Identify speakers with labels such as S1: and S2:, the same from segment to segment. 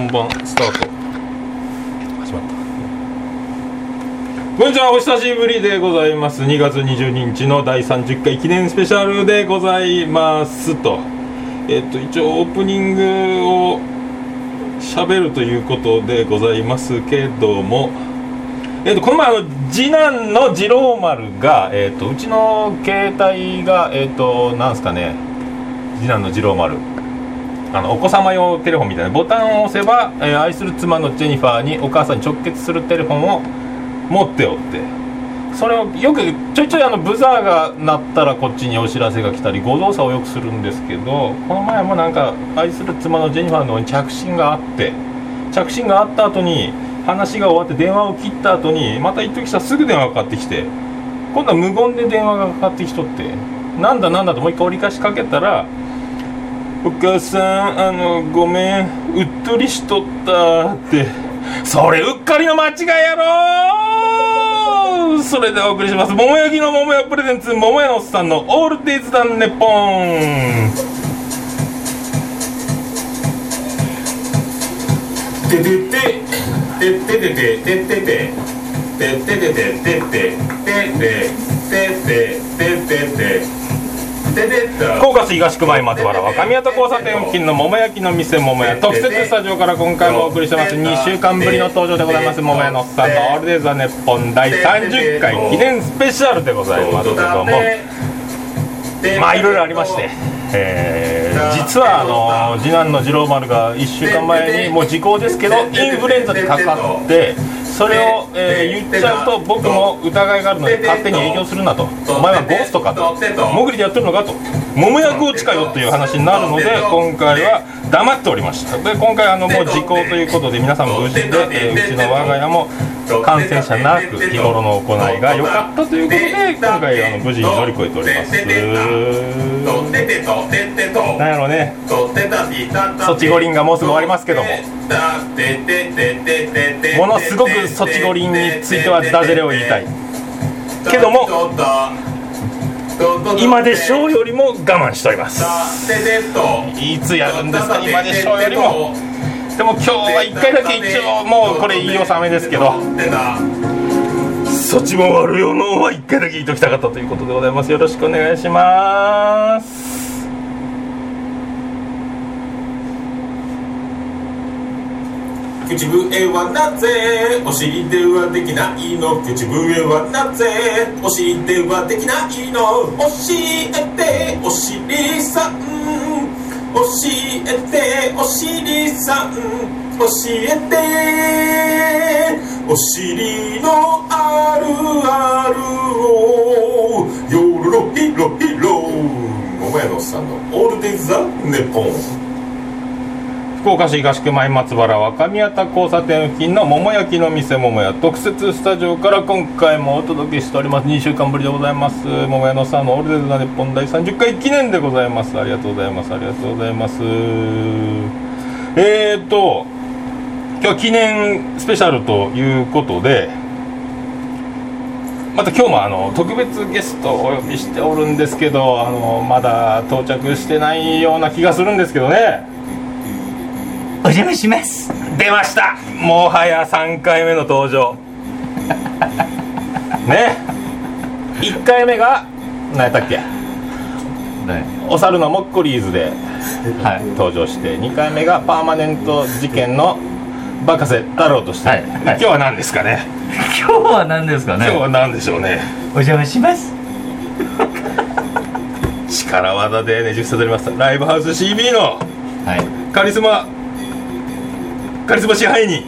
S1: 本番スタート始まったこんにちはお久しぶりでございます2月22日の第30回記念スペシャルでございますとえっ、と一応オープニングを喋るということでございますけどもえっとこの前あの次男の次郎丸が、えっとうちの携帯がえっ、となんすかね次男の次郎丸あのお子様用テレフォンみたいなボタンを押せば、えー愛する妻のジェニファーにお母さんに直結するテレフォンを持っておってそれをよくちょいちょいあのブザーが鳴ったらこっちにお知らせが来たり誤動作をよくするんですけどこの前もなんか愛する妻のジェニファーの方に着信があって着信があった後に話が終わって電話を切った後にまた一時したらすぐ電話がかかってきて今度は無言で電話がかかってきとってなんだなんだともう一回折り返しかけたらお母さんあのごめんうっとりしとったってそれうっかりの間違いやろそれではお送りします桃焼きの桃屋プレゼンツ桃屋のおっさんのオールデイズダンネポンててててててててててててててててててて福岡市東区前松原若宮と交差点付近の桃焼きの店桃屋特設スタジオから今回もお送りしてます2週間ぶりの登場でございます桃屋のおっさんの「オールデイズ・ザ・ネッポン」第30回記念スペシャルでございますけどもまあいろいろありまして、えー実はあの次男の次郎丸が1週間前にもう時効ですけどインフルエンザでかかってそれを、えー言っちゃうと僕も疑いがあるので勝手に営業するなとお前はゴーストかとモグリでやってるのかと桃屋ゴーチかよという話になるので今回は黙っておりましたで今回あのもう時効ということで皆さんも無事で、えーうちの我が家も感染者なく日頃の行いが良かったということで今回あの無事に乗り越えておりますなんやろうねソチ五輪がもうすぐ終わりますけどもものすごくソチ五輪についてはダジャレを言いたいけども今でしょうよりも我慢しておりますいつやるんですか今でしょうよりもでも今日は1回だけ一応もうこれ言い納めですけどそっちも悪いよのは1回だけ言いときたかったということでございますよろしくお願いします
S2: 口笛はなぜお尻ではできないの口笛はなぜお尻ではできないの教えてお尻さん教えてお尻さん教えてお尻のあるあるをよろろひろひろ桃屋のおっさんのオールデイズ・ザ・ネポン
S1: 福岡市東区前松原若宮田交差点付近の桃焼きの店桃屋特設スタジオから今回もお届けしております2週間ぶりでございます桃屋のさんのオールデイズな日本第30回記念でございますありがとうございますありがとうございますえーと今日記念スペシャルということでまた今日もあの特別ゲストをお呼びしておるんですけどあのまだ到着してないような気がするんですけどね
S3: お邪魔します
S1: 出ましたもはや3回目の登場 ね1回目が何やったっけ
S3: は
S1: お猿のモッコリーズで
S3: い
S1: 登場して2回目がパーマネント事件のバカセ太郎として、
S3: はいはい
S1: 今日は何ですかね
S3: 今日は何ですか
S1: 今
S3: ね
S1: 日は何でしょうね
S3: お邪魔します
S1: 力技でねじ伏せとりましたライブハウス CB の
S3: はい
S1: カリスマカリスマ支配人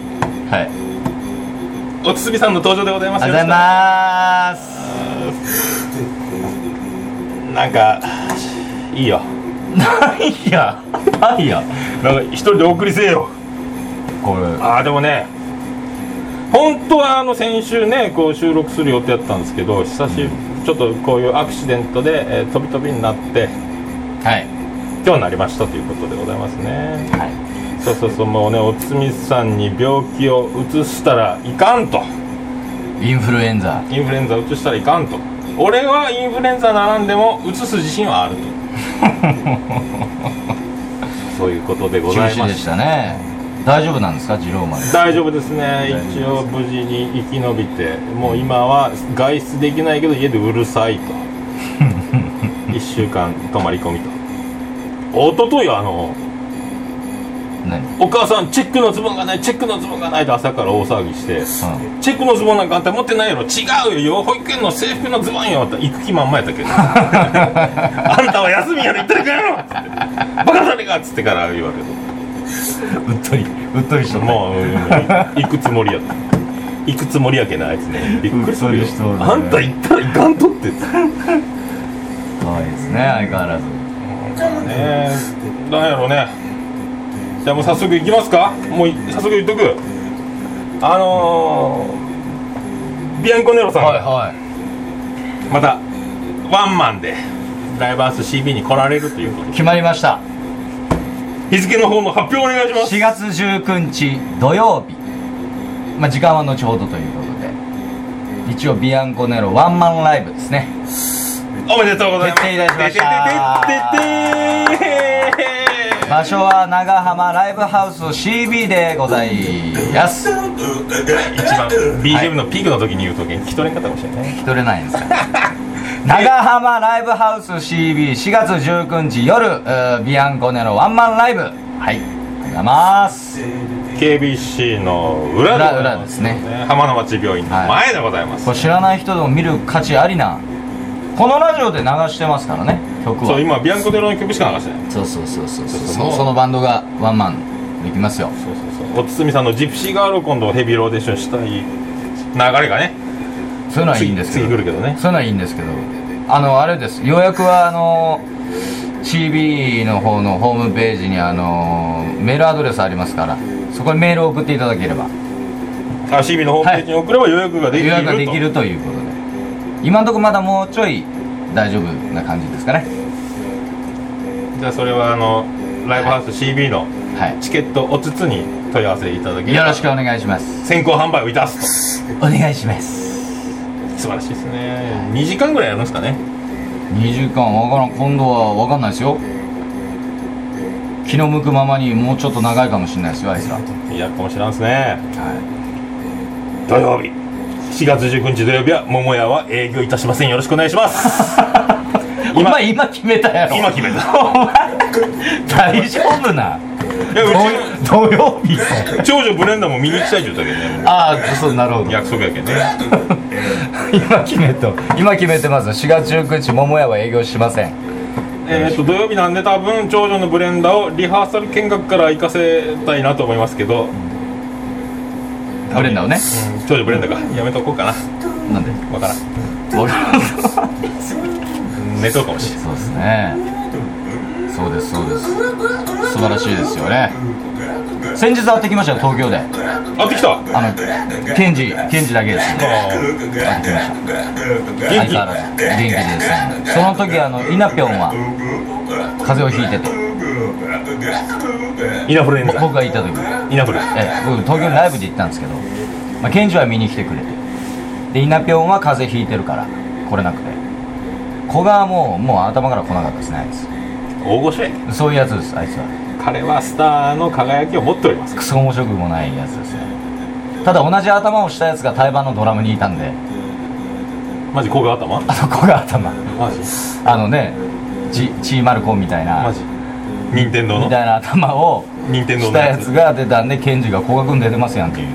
S3: はい
S1: おつすみさんの登場でございます
S3: おはようございます
S1: なんかいいよ
S3: ないやないや
S1: なんか一人でお送りせえよ
S3: これ
S1: ああでもね本当はあの先週ねこう収録する予定だったんですけど久しちょっとこういうアクシデントで、えー飛び飛びになって
S3: はい
S1: 今日になりましたということでございますね
S3: はい
S1: そうそうそうもうねおつみさんに病気を移したらいかんと
S3: インフルエンザ
S1: インフルエンザ移したらいかんと俺はインフルエンザならんでも移す自信はあ るとそういうことでご
S3: 中
S1: ざい
S3: 止
S1: ま
S3: ですしたね大丈夫なんですか次郎丸
S1: 大丈夫ですね
S3: 大丈夫です
S1: 一応無事に生き延びてもう今は外出できないけど家でうるさい と1週間泊まり込みと一昨日あの
S3: 何
S1: お母さんチェックのズボンがないチェックのズボンがないと朝から大騒ぎして
S3: う
S1: チェックのズボンなんかあんた持ってないやろ違うよ保育園の制服のズボンよって行く気満々やった けどあんたは休みやろ行ってるかやろっつってバカだねかっつってから言われる
S3: んうっとりうっとりしとった
S1: もううん 行くつもりやった行くつもりやけなあいつねびっくりする
S3: う
S1: よ
S3: んそういう人だ
S1: あ
S3: ね
S1: んた行ったら行かんとってね
S3: 可愛いですね相変わらず
S1: なんやろねじゃあもう早速行きますかもうい早速言っとくあのー、ビアンコネロさん、
S3: はいはい
S1: またワンマンでライバース CB に来られるということで
S3: 決まりました
S1: 日付の方の発表お願いします
S3: 4月19日土曜日、まあ、時間は後ほどということで一応ビアンコネロワンマンライブですね
S1: おめでとうございます
S3: 決定いたしました
S1: ててててててー
S3: 場所は長浜ライブハウス CB でございま す
S1: 一番 BGM のピークの時に言うと聞き取れんかったかもしれない、
S3: 聞き取れないんですか長浜ライブハウス CB4 月19日夜うービアンコネロワンマンライブはいありがとうございます、
S1: KBC の裏でございま
S3: 裏裏です
S1: 浜の町病院の前でございます、
S3: これ知らない人でも見る価値ありなこのラジオで流してますからね曲
S1: そう
S3: は
S1: 今ビアンコ・デロの曲しか流してない
S3: そうそうそうそうそう
S1: そうそう
S3: そのバンドがワンマンできますよ
S1: そうそうそうおつみさんのジプシーガールを今度ヘビーローデーションしたい流れがね
S3: そういうのはいいん
S1: 次
S3: ですけ
S1: 次
S3: ど
S1: 来るけどね
S3: そういうのはいいんですけどあのあれですようやくはあの CB の方のホームページにあのメールアドレスありますからそこにメールを送っていただければ
S1: あ CB のホームページに送れば予約ができ
S3: 予
S1: ると、
S3: 約ができるということで今のところまだもうちょい大丈夫な感じですかね
S1: じゃあそれはあのライブハウス CB の
S3: は
S1: チケットおつつに問い合わせいただけ
S3: い
S1: れ
S3: よ
S1: ば
S3: ろしくお願いします
S1: 先行販売をいたす
S3: お願いします
S1: と素晴らしいですね2時間ぐらいやるんですかね
S3: 2時間わからん今度はわかんないですよ気の向くままにもうちょっと長いかもしれないですよあいつら
S1: いやかもしれんすね土曜日4月19日土曜日は桃屋は営業いたしませんよろしくお願いします
S3: お前今決めたやろ
S1: 今決めた
S3: お前大丈夫ない
S1: やう
S3: 土土曜日
S1: ち長女ブレンダーも見に行きたいって言ったけどねも
S3: ああそうなるほ
S1: う
S3: ど
S1: 約束やけんね
S3: 今決めた今決めてます4月19日桃屋は営業しません
S1: えー、と土曜日なんで多分長女のブレンダーをリハーサル見学から行かせたいなと思いますけど、
S3: ブレンダーをね
S1: うん長女ブレンダーかやめとこうかな
S3: なんで
S1: わからん
S3: 俺
S1: 寝とうかもしれん
S3: そうですねそうですそうです素晴らしいですよね先日会ってきましたよ東京で
S1: あってきた
S3: あのケンジケンジだけです会ってきました相変わらず元気でですねその時あのイナピョンは風邪をひいてて
S1: イナフルエンザ
S3: 僕が行った時
S1: イナフル
S3: ええ僕東京にライブで行ったんですけど、まあ、ケンジは見に来てくれてでイナピョンは風邪ひいてるから来れなくて古賀はもうもう頭から来なかったですねあい
S1: 大御所や
S3: つそういうやつですあいつは
S1: 彼はスターの輝きを持っております
S3: クソ面白くもないやつですねただ同じ頭をしたやつが台湾のドラムにいたんで
S1: マジ古賀頭
S3: あの古賀頭
S1: マジ
S3: あのねちちーまる子みたいな
S1: マジ任天堂
S3: み
S1: の
S3: たいな頭を
S1: 任天堂
S3: し
S1: の
S3: た
S1: や
S3: や
S1: つ
S3: つが出たんでケンジが古賀君出てますやんっていう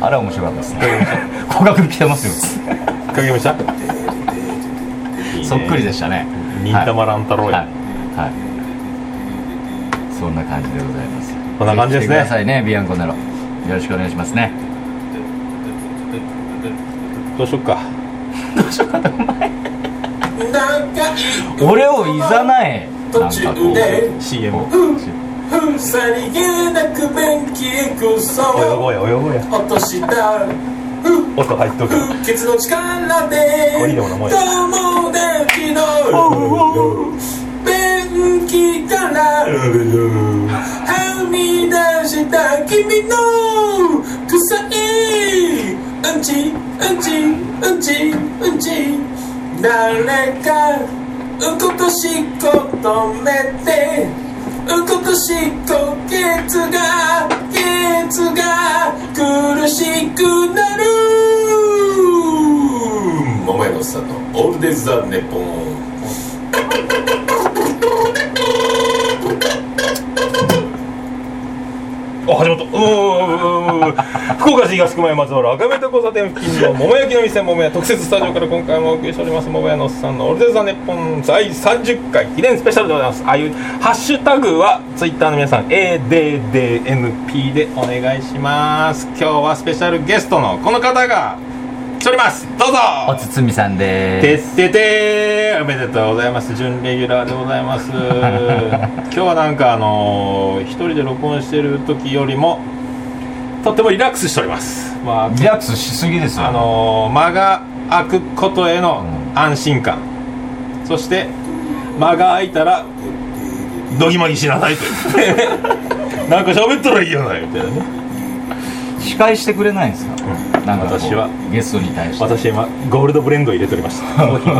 S3: あれは面白かったですね 古賀君来てますよ
S1: 影武者
S3: そっくり
S1: で
S3: でしたね
S1: 忍たま乱太郎
S3: はい
S1: や、
S3: はい、そんな感じでございます
S1: こんな感じですね
S3: ぜひ来てくださいねビアンコネロよろしくお願いしますね
S1: どうしよっか
S3: 俺をいざない
S2: 途
S3: なんかこ
S2: 中で
S3: う
S1: CM 泳
S2: ふさりげなく便器へくそ
S1: ごうや泳ごうや
S2: 落とした
S1: 音入っとくよ
S2: 不潔の力で
S1: これいいでもなもうや
S2: 友達の便器からはみ出した君の臭いうんちうんちうんちうんち誰かうんことしっこ止めて美しこけつがケツが苦しくなる桃屋のおっさんの「オールデイズ・ザ・ネポン」
S1: あ始まったうーん福岡市東熊谷松原赤目と交差点付近の桃焼きの店桃屋特設スタジオから今回もお送りしております桃屋のおっさんの「オールデザネッポン」第30回記念スペシャルでございますああいうハッシュタグはツイッターの皆さん ADDNP でお願いします今日はスペシャルゲストのこの方が来ておりますどうぞ
S3: おつつみさん
S1: て
S3: で
S1: っ
S3: す
S1: ててーおめでとうございます準レギュラーでございます今日はなんかあのー一人で録音してる時よりもとってもリラックスしておりますまあ
S3: リラックスしすぎですよ
S1: あのー間が空くことへの安心感、そして間が空いたらどぎまぎしなさいと いうなんか喋ったらいいよなみたいなね
S3: 司会してくれないんですか、なんかこう
S1: 私は
S3: ゲストに対して
S1: 私今ゴールドブレンド入れておりました コーヒー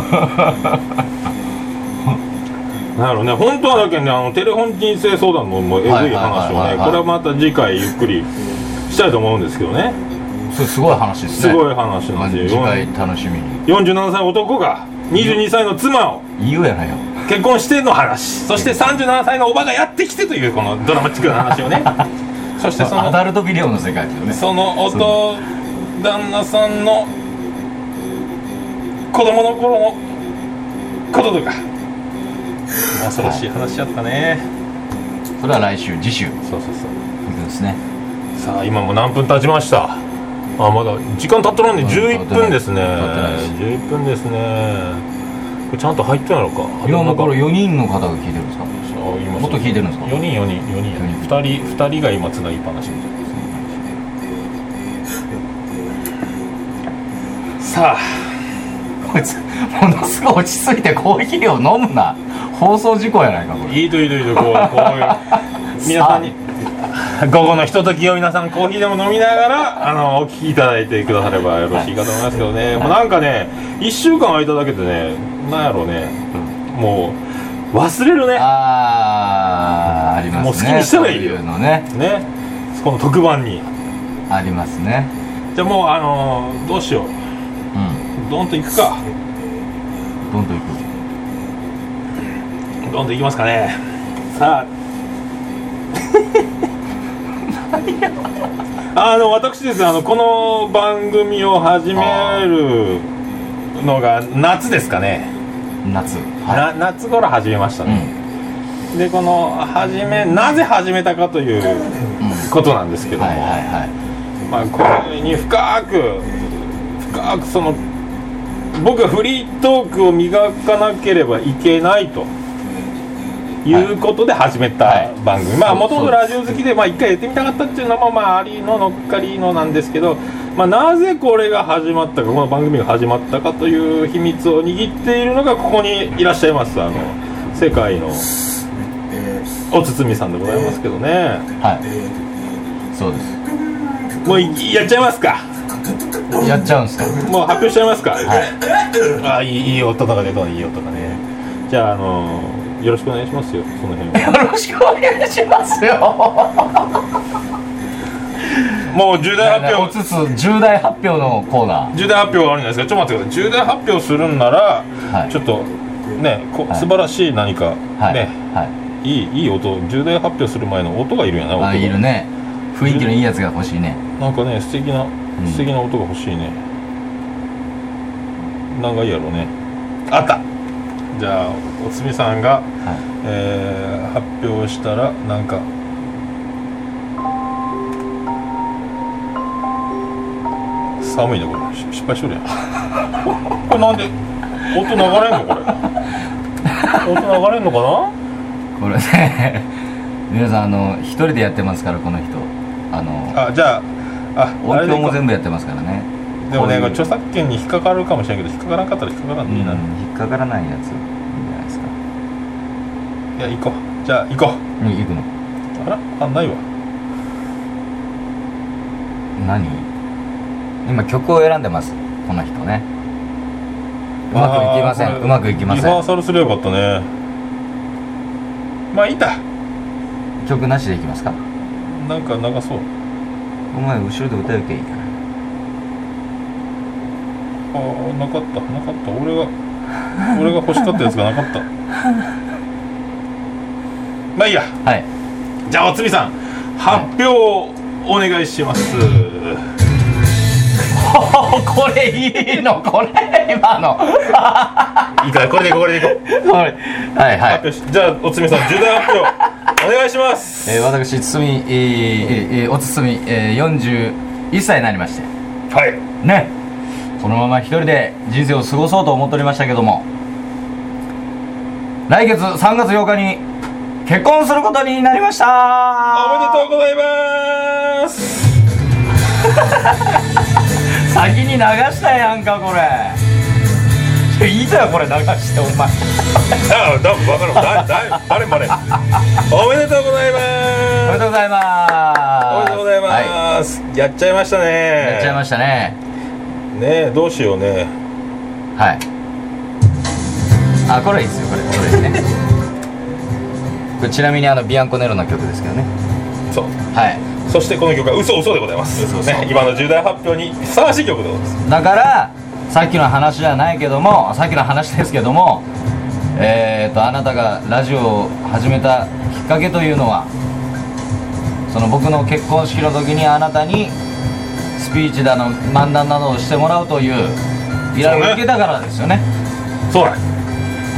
S1: なるほどね本当はだけどねあのテレフォン人生相談のもうえぐい
S3: はいはい
S1: 話を
S3: はいはい
S1: ねこれはまた次回ゆっくりしたいと思うんですけどね
S3: それすごい話ですね
S1: すごい話なんです
S3: 次
S1: よ
S3: 回楽しみに
S1: 47歳男が22歳の妻を
S3: 言うやなよ
S1: 結婚しての話そして37歳のおばがやってきてというこのドラマチックな話を ねそしてそ
S3: ア
S1: の
S3: ダルトビデオの世界ですよね
S1: その音旦那さんの子供の頃のこととか恐ろしい話だったね、
S3: それは来週次週
S1: そうそうそう
S3: ですね
S1: さあ今もう何分経ちましたあまだ時間経っとらんね11分ですね
S3: 経ってないです
S1: 11分ですねこれちゃんと入ってないのか
S3: 今のこれ
S1: あ
S3: 4人の方が聞いてるんですかもっと聞いてるんですか
S1: 4人4人4人やね2
S3: 四
S1: 人二人が今つなぎっぱなしみたいなさあ
S3: こいつものすごい落ち着いてコーヒーを飲むな放送事故やないかこれ
S1: いいといいといいと こうこういう皆さんに午後のひとときを皆さんコーヒーでも飲みながらあのお聞きいただいてくださればよろしいかと思いますけどね、もうなんかね1週間空いただけでねなんやろうね、もう忘れるね
S3: ああありますね
S1: もう好きにしたらいいよ
S3: そういうのね
S1: ねこの特番に
S3: ありますね
S1: じゃあもうあのどうしよう
S3: うん
S1: ドンと行くか
S3: どんどんい
S1: どんどん行きますかねさ ああの私ですねあのこの番組を始めるのが夏ですかね、
S3: く夏
S1: な夏頃始めました
S3: うん
S1: ね、でこの始めなぜ始めたかという
S3: うん
S1: ことなんですけども、
S3: はいはいはい
S1: まあ、これに深く深くその僕はフリートークを磨かなければいけないと。いうことで始めた番組、
S3: はい
S1: まあ
S3: そう
S1: もともとラジオ好きでまあ一回やってみたかったっていうのもまあありの乗っかりのなんですけど、まあ、なぜこれが始まったかこの番組が始まったかという秘密を握っているのがここにいらっしゃいますあの世界のおつつみさんでございますけどね
S3: はいそうです
S1: もういやっちゃいますか
S3: やっちゃうんすか
S1: もう発表しちゃいますか、
S3: はい
S1: あいいいい音とか出たいい音がねじゃああのーよろしくお願いしますよその辺は
S3: よろしくお願いしますよ
S1: もう重大発
S3: お
S1: 表
S3: つつ重大発表のコーナー
S1: 重大発表があるんじゃないですかちょっと待ってください重大発表するんなら、
S3: い
S1: ちょっとねこ
S3: はい
S1: 素晴らしい何か、
S3: はい、
S1: ね
S3: はい
S1: いいいい音重大発表する前の音がいるんやな音が
S3: あいるね雰囲気のいいやつが欲しいね
S1: なんかね素敵なん素敵な音が欲しいね、なんかいいやろうねあったじゃあおつみさんが
S3: は
S1: えー発表したらなんか寒いねこれし失敗しとるやん これなんで音流れんのこれ音流れんのか
S3: いこれね皆さんあの一人でやってますからこの人あの
S1: なあじゃあああ
S3: 音
S1: れ
S3: 響
S1: でいこ
S3: も
S1: う
S3: 全部やってますからね
S1: でもね
S3: こういう
S1: 著作権に引っかかるかもしれんけど引っかからんかったら引っかからん
S3: う
S1: で
S3: ん
S1: いいな、
S3: 引っかからないやついいんじゃないですか
S1: いや行こうじゃあ行こう
S3: うん行くの
S1: あらあないわ
S3: 何今曲を選んでますこの人ねうまくいきませ
S1: あー
S3: ん
S1: これ
S3: うまくいきませ
S1: リハー
S3: ん
S1: サルすればよかったねまあいいた
S3: 曲なしでいきますか
S1: なんか長そう
S3: お前後ろで歌うけいいから
S1: ああなかったなかった俺が俺が欲しかったやつがなかったまあいいや
S3: はい
S1: じゃあおつみさん発表をお願いします、
S3: これいいのこれ今の
S1: い、いからこれでいこうこれでいこう
S3: はいはい、
S1: よしじゃあおつみさん重大発表お願いします
S3: えー、私堤えーえーえーおつつみ、えー、41歳になりまして
S1: はい
S3: ねこのまま一人で人生を過ごそうと思っておりましたけども来月3月8日に結婚することになりました
S1: おめでとうございます
S3: 先に流したやんかこれいやいいだよこれ流してお前
S1: ああだ分かるだだあれまれおめでとうござい
S3: おめで
S1: ま
S3: と
S1: す
S3: うございます
S1: おめでとうござい
S3: は
S1: ます、やっちゃいましたね
S3: い、やっちゃいましたね
S1: ねえどうしようね
S3: はいあこれいいっすよこれこれですねこれちなみにあのビアンコネロの曲ですけどね
S1: そう
S3: はい
S1: そしてこの曲は嘘嘘でございます
S3: 嘘嘘
S1: ね、今の重大発表にふさわしい曲でございます
S3: だからさっきの話じゃないけどもさっきの話ですけどもえー、とあなたがラジオを始めたきっかけというのはその僕の結婚式の時にあなたにスピーチだの漫談などをしてもらうという依頼を受けたからですよね
S1: そうだ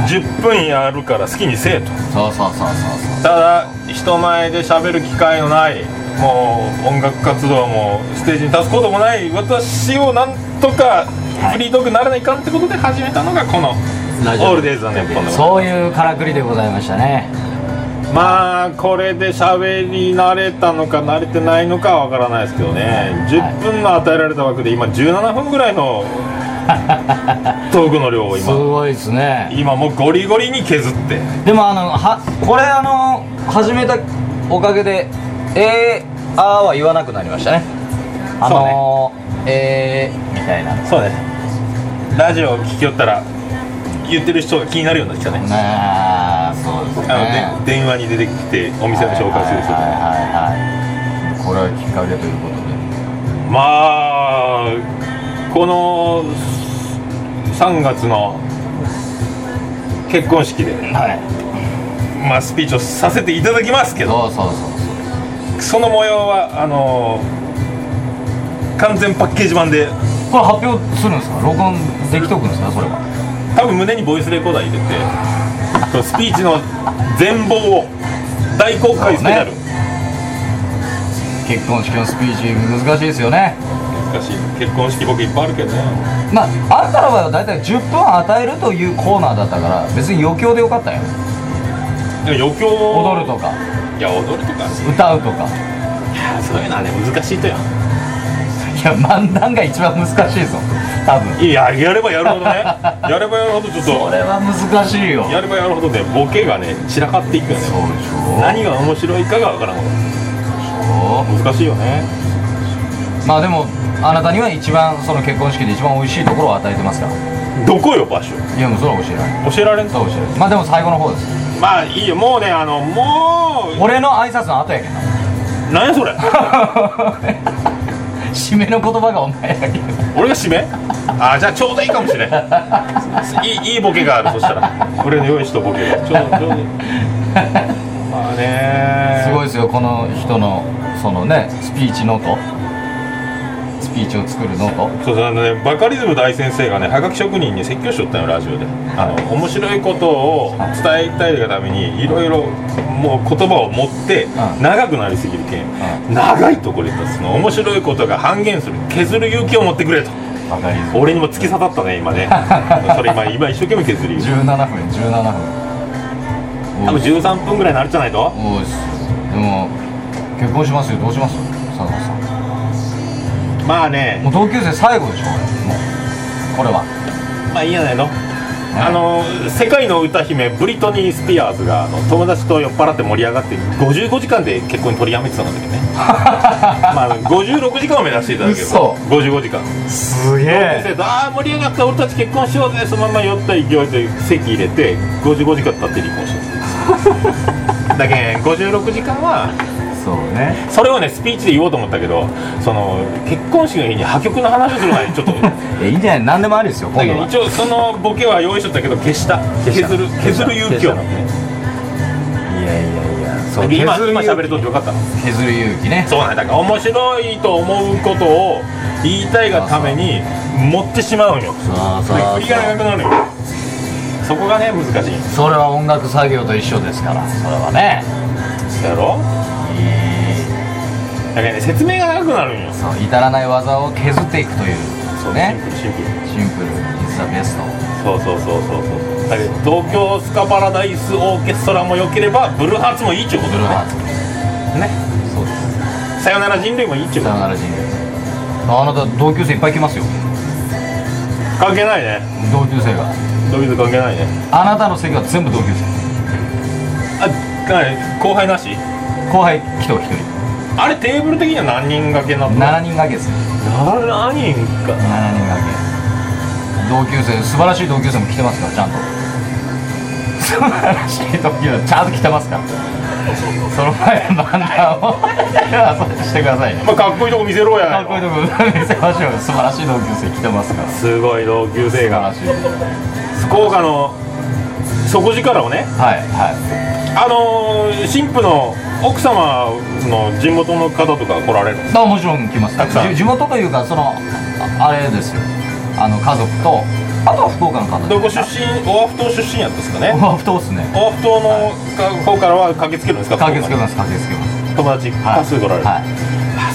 S1: 10分やるから好きにせえと
S3: そうそうそうそうそう
S1: ただ人前で喋る機会のないもう音楽活動もステージに立つこともない私をなんとかフリートークにならないかんってことで始めたのがこの「
S3: ラジオ
S1: オールデイズ・ザ・ネッポン」でござい
S3: そういうからくりでございましたね
S1: ますまあこれで喋り慣れたのか慣れてないのかわからないですけどね10分の与えられた枠で今17分ぐらい のトークの量を
S3: す
S1: 今
S3: ごいですね
S1: 今もうゴリゴリに削って
S3: でもあのはこれあの始めたおかげで「えー、あー」は言わなくなりましたねあのーえー、みたいなね
S1: そうねラジオを聞きよったら言ってる人が気になるようになってきたね
S3: あそうですね
S1: あので電話に出てきてお店の紹介する人
S3: はい
S1: ね
S3: はいはいこれはきっかけということで
S1: まあこの3月の結婚式で、
S3: はい
S1: まあ、スピーチをさせていただきますけど
S3: そうそうそう
S1: その模様はあの完全パッケージ版で
S3: そうこれ発表するんですか録音できとくんですかそれは
S1: 多分胸にボイスレコーダー入れてこのスピーチの全貌を大公開スペシャル、
S3: そう結婚式のスピーチ難しいですよね
S1: 難しい結婚式僕いっぱいあるけどね
S3: まああんたの場合は大体10分与えるというコーナーだったから別に余興でよかったよ
S1: でも余興を
S3: 踊るとか
S1: いや踊るとか
S3: 歌うとか
S1: そういうのはね難しいとよ
S3: いや漫談が一番難しいぞ多分
S1: いややればやるほどね やればやるほどちょっ
S3: ことれは難しいよ
S1: やればやるほどねボケがね散らかっていくよね
S3: そうでしょ
S1: 何が面白いかがわからんこと難しいよね
S3: まあでもあなたには一番その結婚式で一番美味しいところを与えてますから
S1: どこよ場所
S3: いやもうそれは教えられない
S1: 教えられん
S3: それ
S1: ぞ
S3: は教えられないまあでも最後の方です
S1: まあいいよもうねあのも
S3: 俺の挨拶の後やけんな
S1: う何やそれ
S3: 締めの言葉がお前やけん
S1: 俺が締めあじゃあちょうどいいかもしれんいいいいボケがあるそしたら俺の用意したボケがちょうどちょうどいいまあね
S3: すごいですよこの人のそのねスピーチノートスピーチを作るノート
S1: そうそうあのね、バカリズム大先生がねはがき職人に説教しとったよラジオであの面白いことを伝えたいがためにいろいろもう言葉を持って
S3: うん
S1: 長くなりすぎるけん、
S3: う
S1: 長いところでその面白いことが半減する削る勇気を持ってくれと
S3: わかりづ
S1: 俺にも突き刺さったね今ねそれ今今一生懸命削り
S3: 17分17分
S1: 多
S3: お
S1: 分
S3: い
S1: 13分ぐらいになるじゃないと
S3: おいっすでも結婚しますよどうします佐藤さん
S1: まあね
S3: もう同級生最後でしょ俺もうこれは
S1: まあいいんじゃないのあの世界の歌姫ブリトニー・スピアーズがあの友達と酔っ払って盛り上がって55時間で結婚に取りやめてたんだけどねまあ56時間を目指していただければ
S3: 嘘
S1: 55時間
S3: すげ
S1: でああ盛り上がった俺たち結婚しようぜそのまま酔った勢いで席入れて55時間経って離婚したんですだけん56時間は
S3: そうね
S1: それをねスピーチで言おうと思ったけどその結婚式の日に破局の話をする前にちょっと
S3: えいいんじゃない何でもありですよ
S1: だ
S3: 今
S1: け
S3: 度
S1: ど
S3: は
S1: 一応そのボケは用意しとったけど消した
S3: 消した
S1: 削る
S3: 消した
S1: 削る勇気を
S3: 消いやいやいやそ
S1: 今今
S3: 勇気
S1: 喋るとってよかったの
S3: 削る勇気ね
S1: そうなんだから面白いと思うことを言いたいがために持ってしまうんよ
S3: そうそう
S1: 振りが長くなるよそこがね難しいん
S3: それは音楽作業と一緒ですからそれはね
S1: やろだからね説明が長くなるんよ
S3: そう至らない技を削っていくという
S1: そう
S3: ね
S1: シンプルシンプル
S3: シンプルイズザベスト
S1: そうそうそうそうそうだけど東京スカパラダイスオーケストラも良ければブルーハーツもいいっちゅうこと
S3: ブ
S1: だ
S3: ルーハ
S1: ねね
S3: ーツそうです
S1: さよなら人類もいいっちゅうこと
S3: さよなら人類あなた同級生いっぱい来ますよ
S1: 関係ないね
S3: 同級生が
S1: ドビズ関係ないね
S3: あなたの席は全部同級生
S1: あはい後輩なし
S3: 後輩一人一人
S1: あれテーブル的には何人掛けなの
S3: 7人掛けですね
S1: 7人か
S3: 7人掛け同級生素晴らしい同級生も来てますからちゃんと素晴らしい同級生ちゃんと来てますからその前の漫談を してくださいね
S1: まあ、かっこいいとこ見せろやな
S3: か
S1: い
S3: っ
S1: の
S3: こいいとこ見せましょうよ素晴らしい同級生来てますから素
S1: すごい同級生
S3: 晴
S1: が
S3: らしいはい
S1: 福岡の底力をね
S3: は
S1: あのー、新婦の奥様の地元の方とか来られる
S3: いまあもちろん来ます
S1: たくさん
S3: 地地元というかそのああれですよあの家族とあとは福岡の方
S1: どこ出身オアフ島出身やったんですかね
S3: うわ不当ですね
S1: オアフ島の方からは駆けつけるんですか
S3: 駆けつけ
S1: る
S3: ます駆けつけます
S1: 友達多数来られる、
S3: はい
S1: あ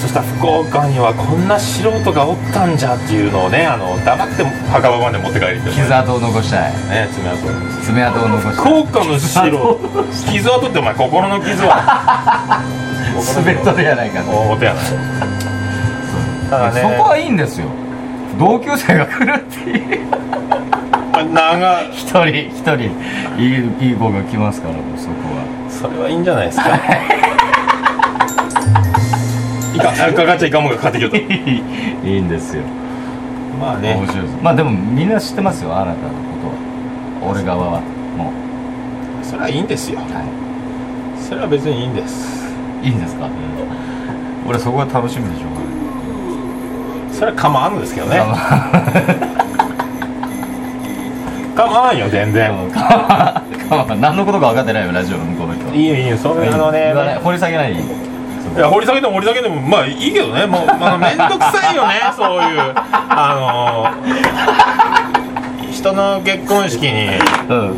S1: そしたら福岡にはこんな素人がおったんじゃっていうのをねあの黙って墓場まで持って帰るってね
S3: 傷跡を残したい
S1: 爪痕
S3: 爪痕を残したい
S1: 福岡の素人傷跡ってお前心の傷は
S3: スベットでやないか と
S1: おお手やないただね
S3: そこはいいんですよ同級生が来るっていう
S1: 長い
S3: 一人一人いいいい子が来ますからもうそこは
S1: それはいいんじゃないですかいかあかかっちゃいかんもんがかかってきよっ
S3: いいんですよ、
S1: たまあ
S3: 面
S1: ね
S3: 白いですまあでもみんな知ってますよあなたのことは俺側はもう
S1: それはいいんですよ
S3: は
S1: それは別にいいんです
S3: いいいんですか、俺そこは楽しみでしょうが ない
S1: それは構わんのですけどね構わんよ全然
S3: 構わん構わん何のことか分かってないよラジオの向こうの人はい
S1: いよいいよそれあのね
S3: 言わない掘り下げない
S1: いや掘り下げても掘り下げてもまあいいけどねもう、まあ、めんどくさいよ ねそういうあの人の結婚式に
S3: うん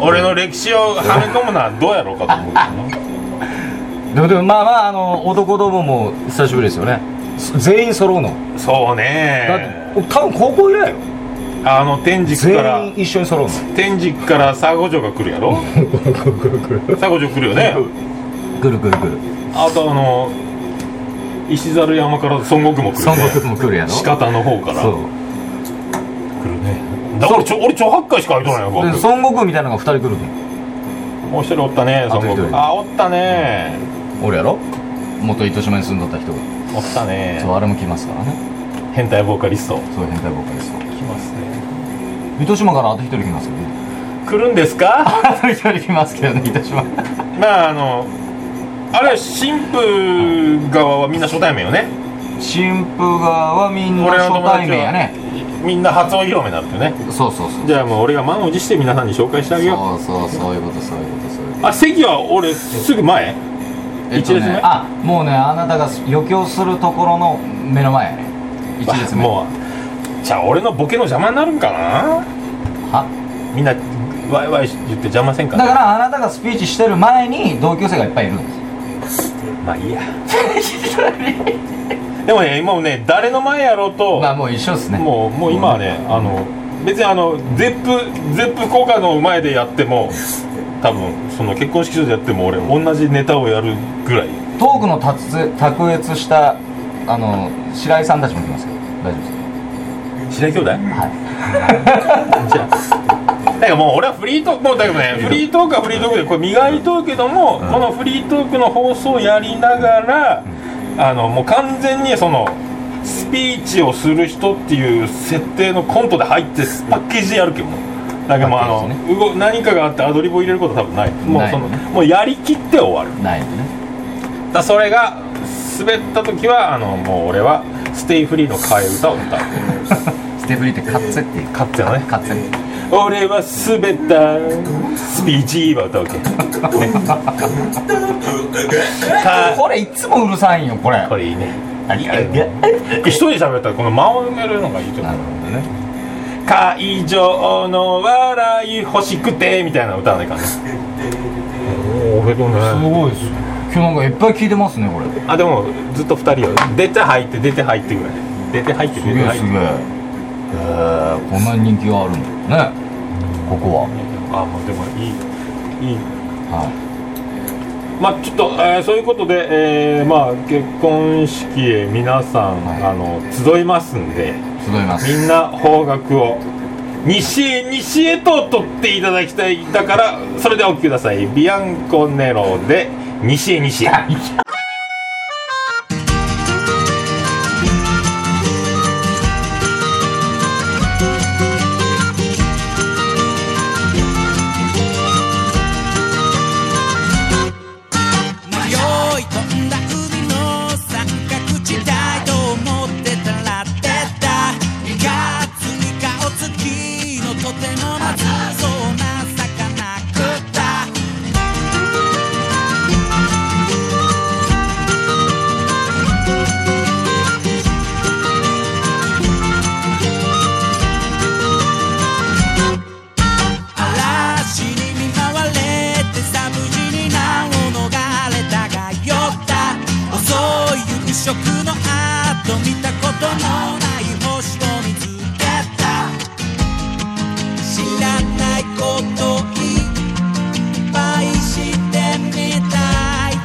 S1: 俺の歴史をはめ込むのはどうやろうかと思うけどな
S3: でもでもまあまああの男どもも久しぶりですよねそ全員揃うの
S1: そう
S3: だっ
S1: ね
S3: て多分高校以来よ
S1: あの天竺から
S3: 全員一緒に揃うの
S1: 天竺から佐護城が来るや ろ佐護城来るよね
S3: くるくるくる
S1: あとあの石猿山から孫悟空も来るよ
S3: 孫
S1: ね
S3: 悟空も来るやろ
S1: 四
S3: そう
S1: 方の方から来るねだからちょ俺超八回しか空いとないよ
S3: で
S1: 僕
S3: 孫悟空みたいなのが2人来るの
S1: もう一人おったね
S3: あと
S1: 孫
S3: 一人
S1: 悟空あおったね
S3: 俺やろ元糸島に住んどった人が
S1: おった
S3: そう
S1: ね
S3: あれも来ますからね
S1: 変態ボーカリスト
S3: そういう変態ばっかりですよ
S1: 来ますね
S3: 糸島からあと1人来ますけどね
S1: 来るんです か
S3: あと1人来ますけどね糸島
S1: まああのあれ新婦側はみんな初対面よね
S3: 新婦側はみんな
S1: 俺の
S3: 初
S1: 友達は
S3: 対面やね
S1: みんな初お披露目になるよね
S3: そうそうそう
S1: じゃあもう俺が満を持して皆さんに紹介してあげよう
S3: そうそうそういうことそういうことそういうこと
S1: あ席は俺すぐ前
S3: えっと
S1: 一列目
S3: ね、あもうねあなたが余興するところの目の前やね一列目
S1: もうじゃあ俺のボケの邪魔になるんかな
S3: は
S1: みんなワイワイ言って邪魔せんか
S3: だ
S1: な
S3: からあなたがスピーチしてる前に同級生がいっぱいいるんです
S1: まあいいやでもねもうね誰の前やろうと、
S3: まあもう一緒ですね
S1: もうもう今はねあの別にあのゼップゼップ効果の前でやっても多分その結婚式場でやっても俺同じネタをやるぐらい
S3: トークの達つ卓越したあの白井さんたちも来ますけど大丈夫です
S1: 白井兄弟はいじゃあだからもう俺はフリートークもうだけどねフリートークはフリートークでこれ磨いとうけども、このフリートークの放送をやりながら、あのもう完全にそのスピーチをする人っていう設定のコントで入ってパッケージでやるけどもうだけどもうあ
S3: パッケージ
S1: の、動何かがあってアドリブを入れることは多分ないもうその
S3: ない
S1: もうやりきって終わる
S3: ないよね
S1: だからそれが滑った時はあのもう俺はステイフリーの替え歌を歌う
S3: ステフリーってカッツェっていう
S1: かつてのね
S3: カッツェ
S1: 俺は滑ったスピーチーは歌うけか
S3: これいつもうるさいんよこれ
S1: これいいね
S3: ありがとう
S1: 一人で喋ったらこの間を埋めるのがいいと思
S3: な
S1: う
S3: るほどね
S1: 会場の笑い欲しくてみたいな歌わないかなおおべこ
S3: す
S1: ね
S3: ごいです今日なんかいっぱい聞いてますねこれす
S1: あでもずっと二人よ出て入って出て入ってぐらい出て入って出
S3: げ
S1: て
S3: え
S1: 入っ
S3: す
S1: て
S3: げええー、こんなに人気があるんだねここは
S1: あもうでもいいいい
S3: は
S1: まあちょっと、えーそういうことで、えーまあ結婚式へ皆さん、
S3: はい
S1: あの集いますんで
S3: い集います
S1: みんな方角を西へ西へと取っていただきたいだからそれでお聞きくださいビアンコネロで西へ西へ
S4: 迷い飛んだ海の三角地帯と思ってたらってたいかつに顔つきのとてもまずそうな魚食った嵐に見舞われてさ無事に難を逃れたが酔った遅い夕食の後見たことのない星を見つけた知らないこといっぱいしてみたい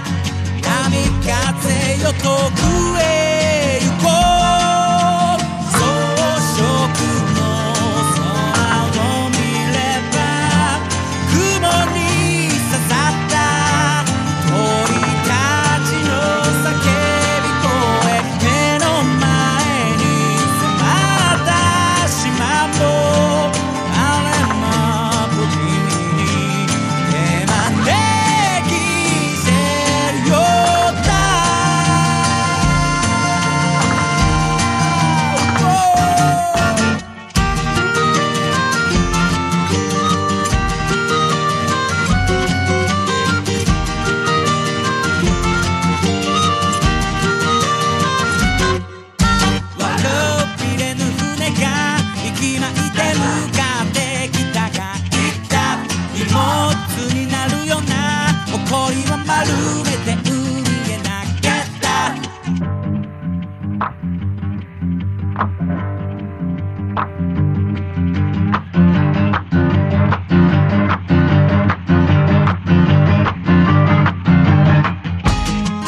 S4: 波風よ遠くへ行こう草食の空を見れば雲に刺さった鳥たちの叫び声目の前に迫った島もあれも不気味に手招きしてるようだ悪びれぬ船が息巻いて向かってきたが言った荷物になるような誇りは丸めて海へ投げた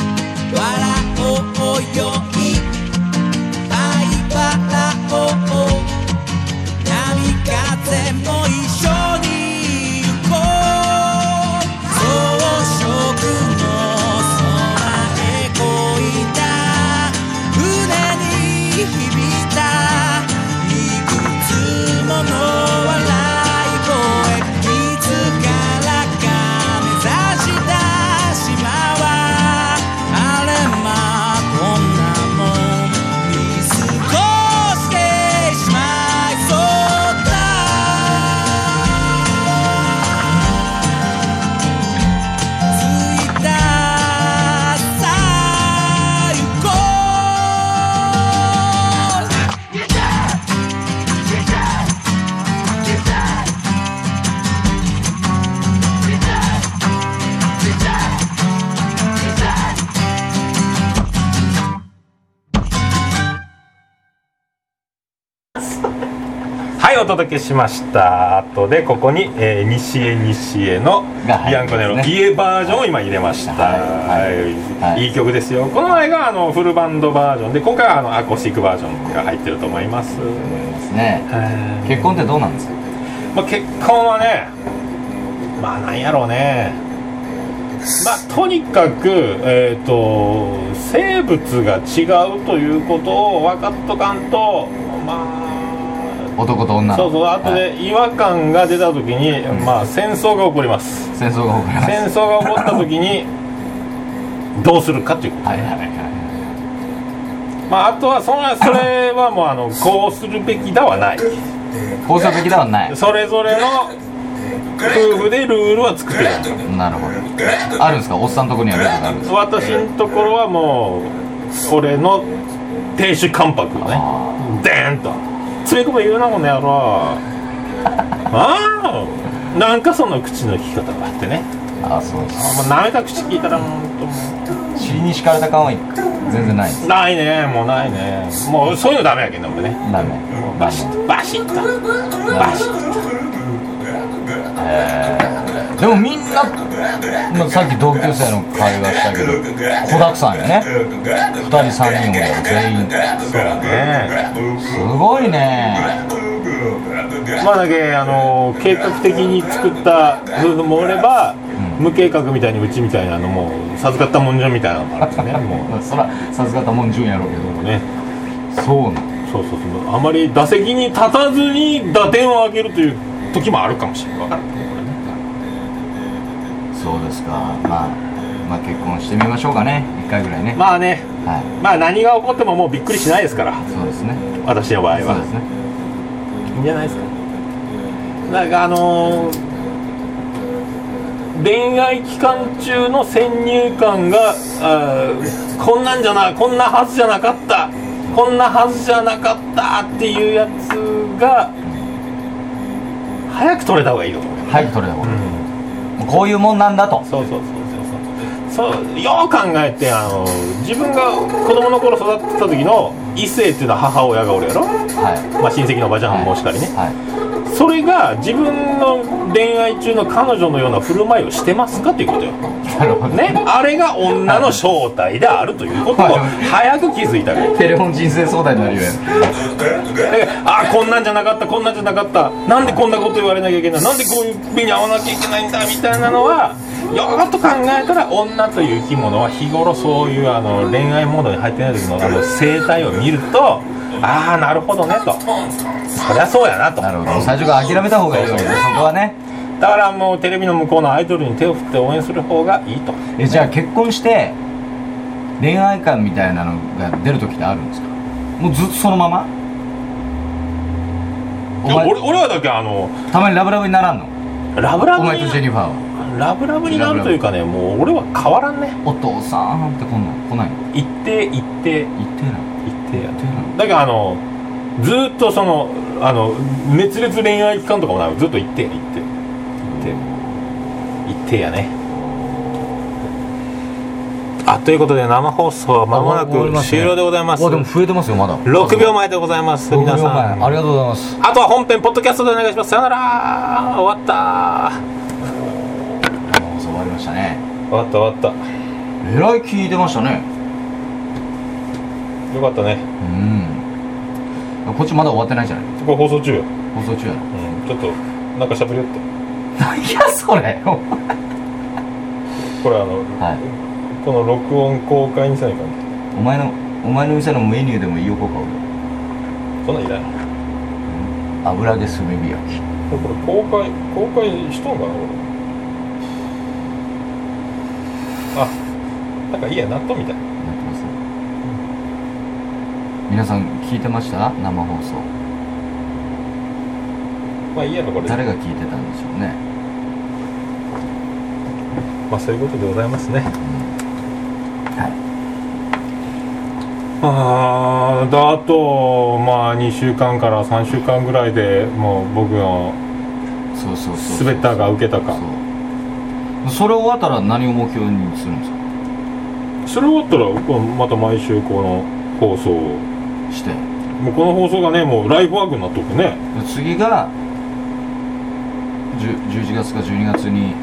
S4: 笑おうよい「愛は青波風も一緒に行こう」「草食の空へこいた」「船に響いた」「いくつもの笑い声」「自らが目指した島はあれまこんなもん」「見過ごしてしまいそうだ」「着いた最高」
S1: はいお届けしました後でここに、えー西へ西への
S3: が
S1: ビ
S3: 入りますね
S1: アンコネロ家バージョンを今入れました、
S3: はい
S1: は
S3: はいい
S1: いい曲ですよこの前があのフルバンドバージョンで今回はあのアコースティックバージョンが入ってると思います、
S3: 思いますね
S1: はい
S3: 結婚ってどうなんですか
S1: まあ、結婚はねまあなんやろうねまあとにかくえっ、と生物が違うということを分かっとかんとまあ
S3: 男と女の
S1: そうそうあと
S3: はい
S1: で違和感が出た時に、まあ戦争が起こります
S3: 戦争が起こります
S1: 戦争が起こった時にどうするかっていう
S3: はいはいは
S1: まああとはそのそれはもうあのこうするべきだはない
S3: い放送的ではない
S1: それぞれの夫婦でルールは作ってる
S3: なるほどあるんですかおっさんのとこにはルールがあるんですか
S1: 私のところはもう俺の亭主関白をねデーンとつべこべ言うなこの野郎ああなんかその口の利き方があってね
S3: あそうです
S1: もう舐めた口聞いたらもうほんとも
S3: 尻に敷かれた感は全然ないです
S1: うないねもうないねもうそういうのダメやけんね俺ね
S3: ダメ
S1: もうバシッとバシッとバシッ
S3: でもみんな、まあ、さっき同級生の会話したけど子だくさんやね2人3人もやる全員
S1: とね
S3: すごいね
S1: まあだけあのー計画的に作ったのもおれば、無計画みたいにうちみたいなのも授かったもんじゃみたいなのもあるんですね も
S3: そらさすがたもん順やろうけ
S1: うね
S3: どそうなの
S1: そうそうそうあまり打席に立たずに打点を上げるという時もあるかもしれないわかる
S3: そうですかまあまあ結婚してみましょうかね1回ぐらいね
S1: まあね
S3: はい
S1: まあ何が起こってももうびっくりしないですから
S3: そうですね
S1: 私の場合
S3: そう
S1: は
S3: ですね
S1: いいんじゃないですかなんかあのー恋愛期間中の先入観があーこんなんじゃなこんなはずじゃなかったこんなはずじゃなかったっていうやつが早く取れた方がいいと思う、
S3: 早く取れた方がいいもうこういうもんなんだと
S1: そうそうそうそうそうそうよう考えてあの自分が子供の頃育ってた時の異性っていうのは母親がおるやろ、
S3: はい
S1: まあ、親戚のおばちゃんもしかりね、
S3: はい
S1: それが自分の恋愛中の彼女のような振る舞いをしてますかっていうことよ、
S3: なるほど
S1: ね、あれが女の正体であるということを早く気づいたら
S3: テレフォン人生相談になるよ
S1: だから あこんなんじゃなかったこんなんじゃなかったなんでこんなこと言われなきゃいけないなんでこういう目に遭わなきゃいけないんだみたいなのはよーっと考えたら女という生き物は日頃そういうあの恋愛モードに入ってない時のあの生態を見るとああなるほどねとそりゃそうやなと
S3: なるほど最初から諦めた方がいいわけでそこはね
S1: だからもうテレビの向こうのアイドルに手を振って応援する方がいいと
S3: えじゃあ結婚して恋愛感みたいなのが出る時ってあるんですかもうずっとそのままお
S1: いや
S3: 前
S1: 俺俺はだけあの
S3: たまにラブラブにならんの
S1: ラブラ
S3: お
S1: ブ
S3: 前とジェ
S1: に
S3: ニファーは
S1: ラブラブになるというかねもう俺は変わらんね
S3: お父さんってこんなん来ないの
S1: 一定一定
S3: 言ってえな
S1: 一定や
S3: 言ってえな
S1: だからあのずーっとそのあの熱烈恋愛期間とかもないずっと一定一定一定一定やねあということで生放送まもな
S3: 終わりま
S1: く
S3: すね
S1: 終了でございます
S3: あでも増えてますよまだ
S1: 6秒前でございます
S3: 6
S1: 皆
S3: 秒
S1: さ
S3: 前
S1: ん
S3: ありがとうございます
S1: あとは本編ポッドキャストでお願いしますさよなら終わった
S3: もう終わりましたね
S1: 終わった終わっ
S3: えらい聞いてましたね
S1: たよかったね
S3: うんこっちまだ終わってないじゃない
S1: これ放送中よ、
S3: 放送中やろ
S1: うん、ちょっとなんかしゃべりよって
S3: 何やそれは
S1: これあの
S3: い
S1: この録音公開にせないかん
S3: お前のお前の店のメニューでも言いよこうか俺
S1: そんなんいらない
S3: 油揚げ炭火焼き
S1: これ公開公開しとんかなこれあなんかいいや納豆みたい
S3: なってますね皆さん聞いてました生放送
S1: まあいいやろこれ
S3: 誰が聞いてたんでしょうね
S1: まあそういうことでございますね
S3: は
S1: あーだあとまあ2週間から3週間ぐらいでもう僕の
S3: いそうそうそう
S1: 全てが受けたか
S3: そうそれ終わったら何を目標にするんですか
S1: それ終わったらこうまた毎週この放送を
S3: して
S1: もうこの放送がねもうライフワークになっとくね
S3: 次が10 11月か12月に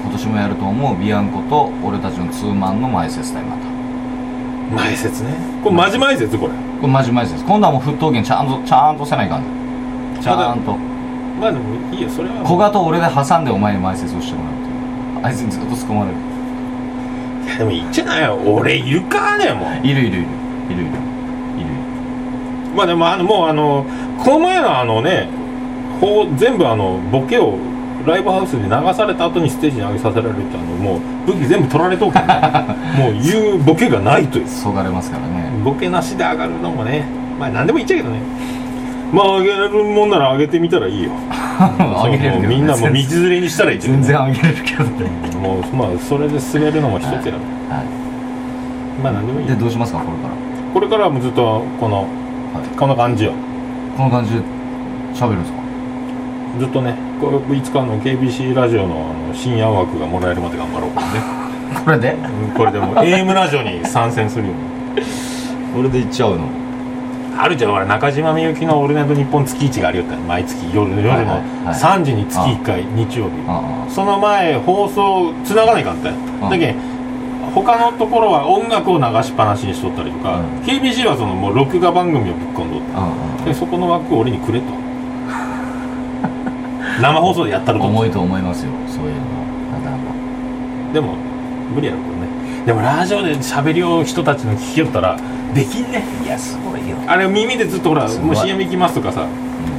S3: 今年もやると思うビアンコと俺たちのツーマンの前説対また
S1: 前説ねこれマジ前説これ
S3: これマジマジです今度はもう沸騰源ちゃんとちゃんとせないかんでちゃんと
S1: まあでもいいよそれは
S3: 古賀と俺で挟んでお前に埋設をしてもらうっていうあいつにずっと突っ込まれる
S1: いやでもいいんじゃないよ俺いるからねも
S3: いるいるいるいるいるいる
S1: うまあでもあのもうあのこの前のあのねほう全部あのボケをライブハウスで流された後にステージに上げさせられるってあのもう武器全部取られとく ねもう言うボケがないという
S3: そがれますから ね
S1: ボケなしで上がるのもねまあ何でもいいっちゃうけどねまあ上げるもんなら上げてみたらいいよ
S3: あげれるけど、
S1: そうもう
S3: ね、
S1: みんなもう道
S3: 全然
S1: 連れにしたらいいじゃん
S3: 全然あげれるけどね
S1: もうまあそれで進めるのも一つやろ
S3: は
S1: まあ何でもい
S3: い
S1: い
S3: で
S1: よ
S3: どうしますかこれから
S1: これからはもうずっとこの、
S3: はい
S1: この感じよ
S3: この感じで喋るんですか
S1: ずっとねこれいつかの KBC ラジオのあの深夜枠がもらえるまで頑張ろうか
S3: これで
S1: らねうんこれ でも AM ラジオに参戦するよね
S3: これでいっちゃうの
S1: あるじゃん俺中島みゆきの「オールナイトニッポン」月1があるよったよ毎月夜夜
S3: はい
S1: の
S3: はい
S1: 3時に月1回日曜日
S3: あ
S1: その前放送つながないかんったよ
S3: うん
S1: だけん他のところは音楽を流しっぱなしにしとったりとか、
S3: うん
S1: KBC はそのもう録画番組をぶっ込んどった
S3: ああ
S1: でそこの枠を俺に くれと生放送でやった
S3: あ
S1: ると思う
S3: 重いと思いますよそういうのはなかなか
S1: でも無理やろこれねでもラジオで喋りよう人たちの聞きよったらできんね
S3: いやすごいよ
S1: あれ耳でずっとほら
S3: すごい
S1: もう CM 行きますとかさ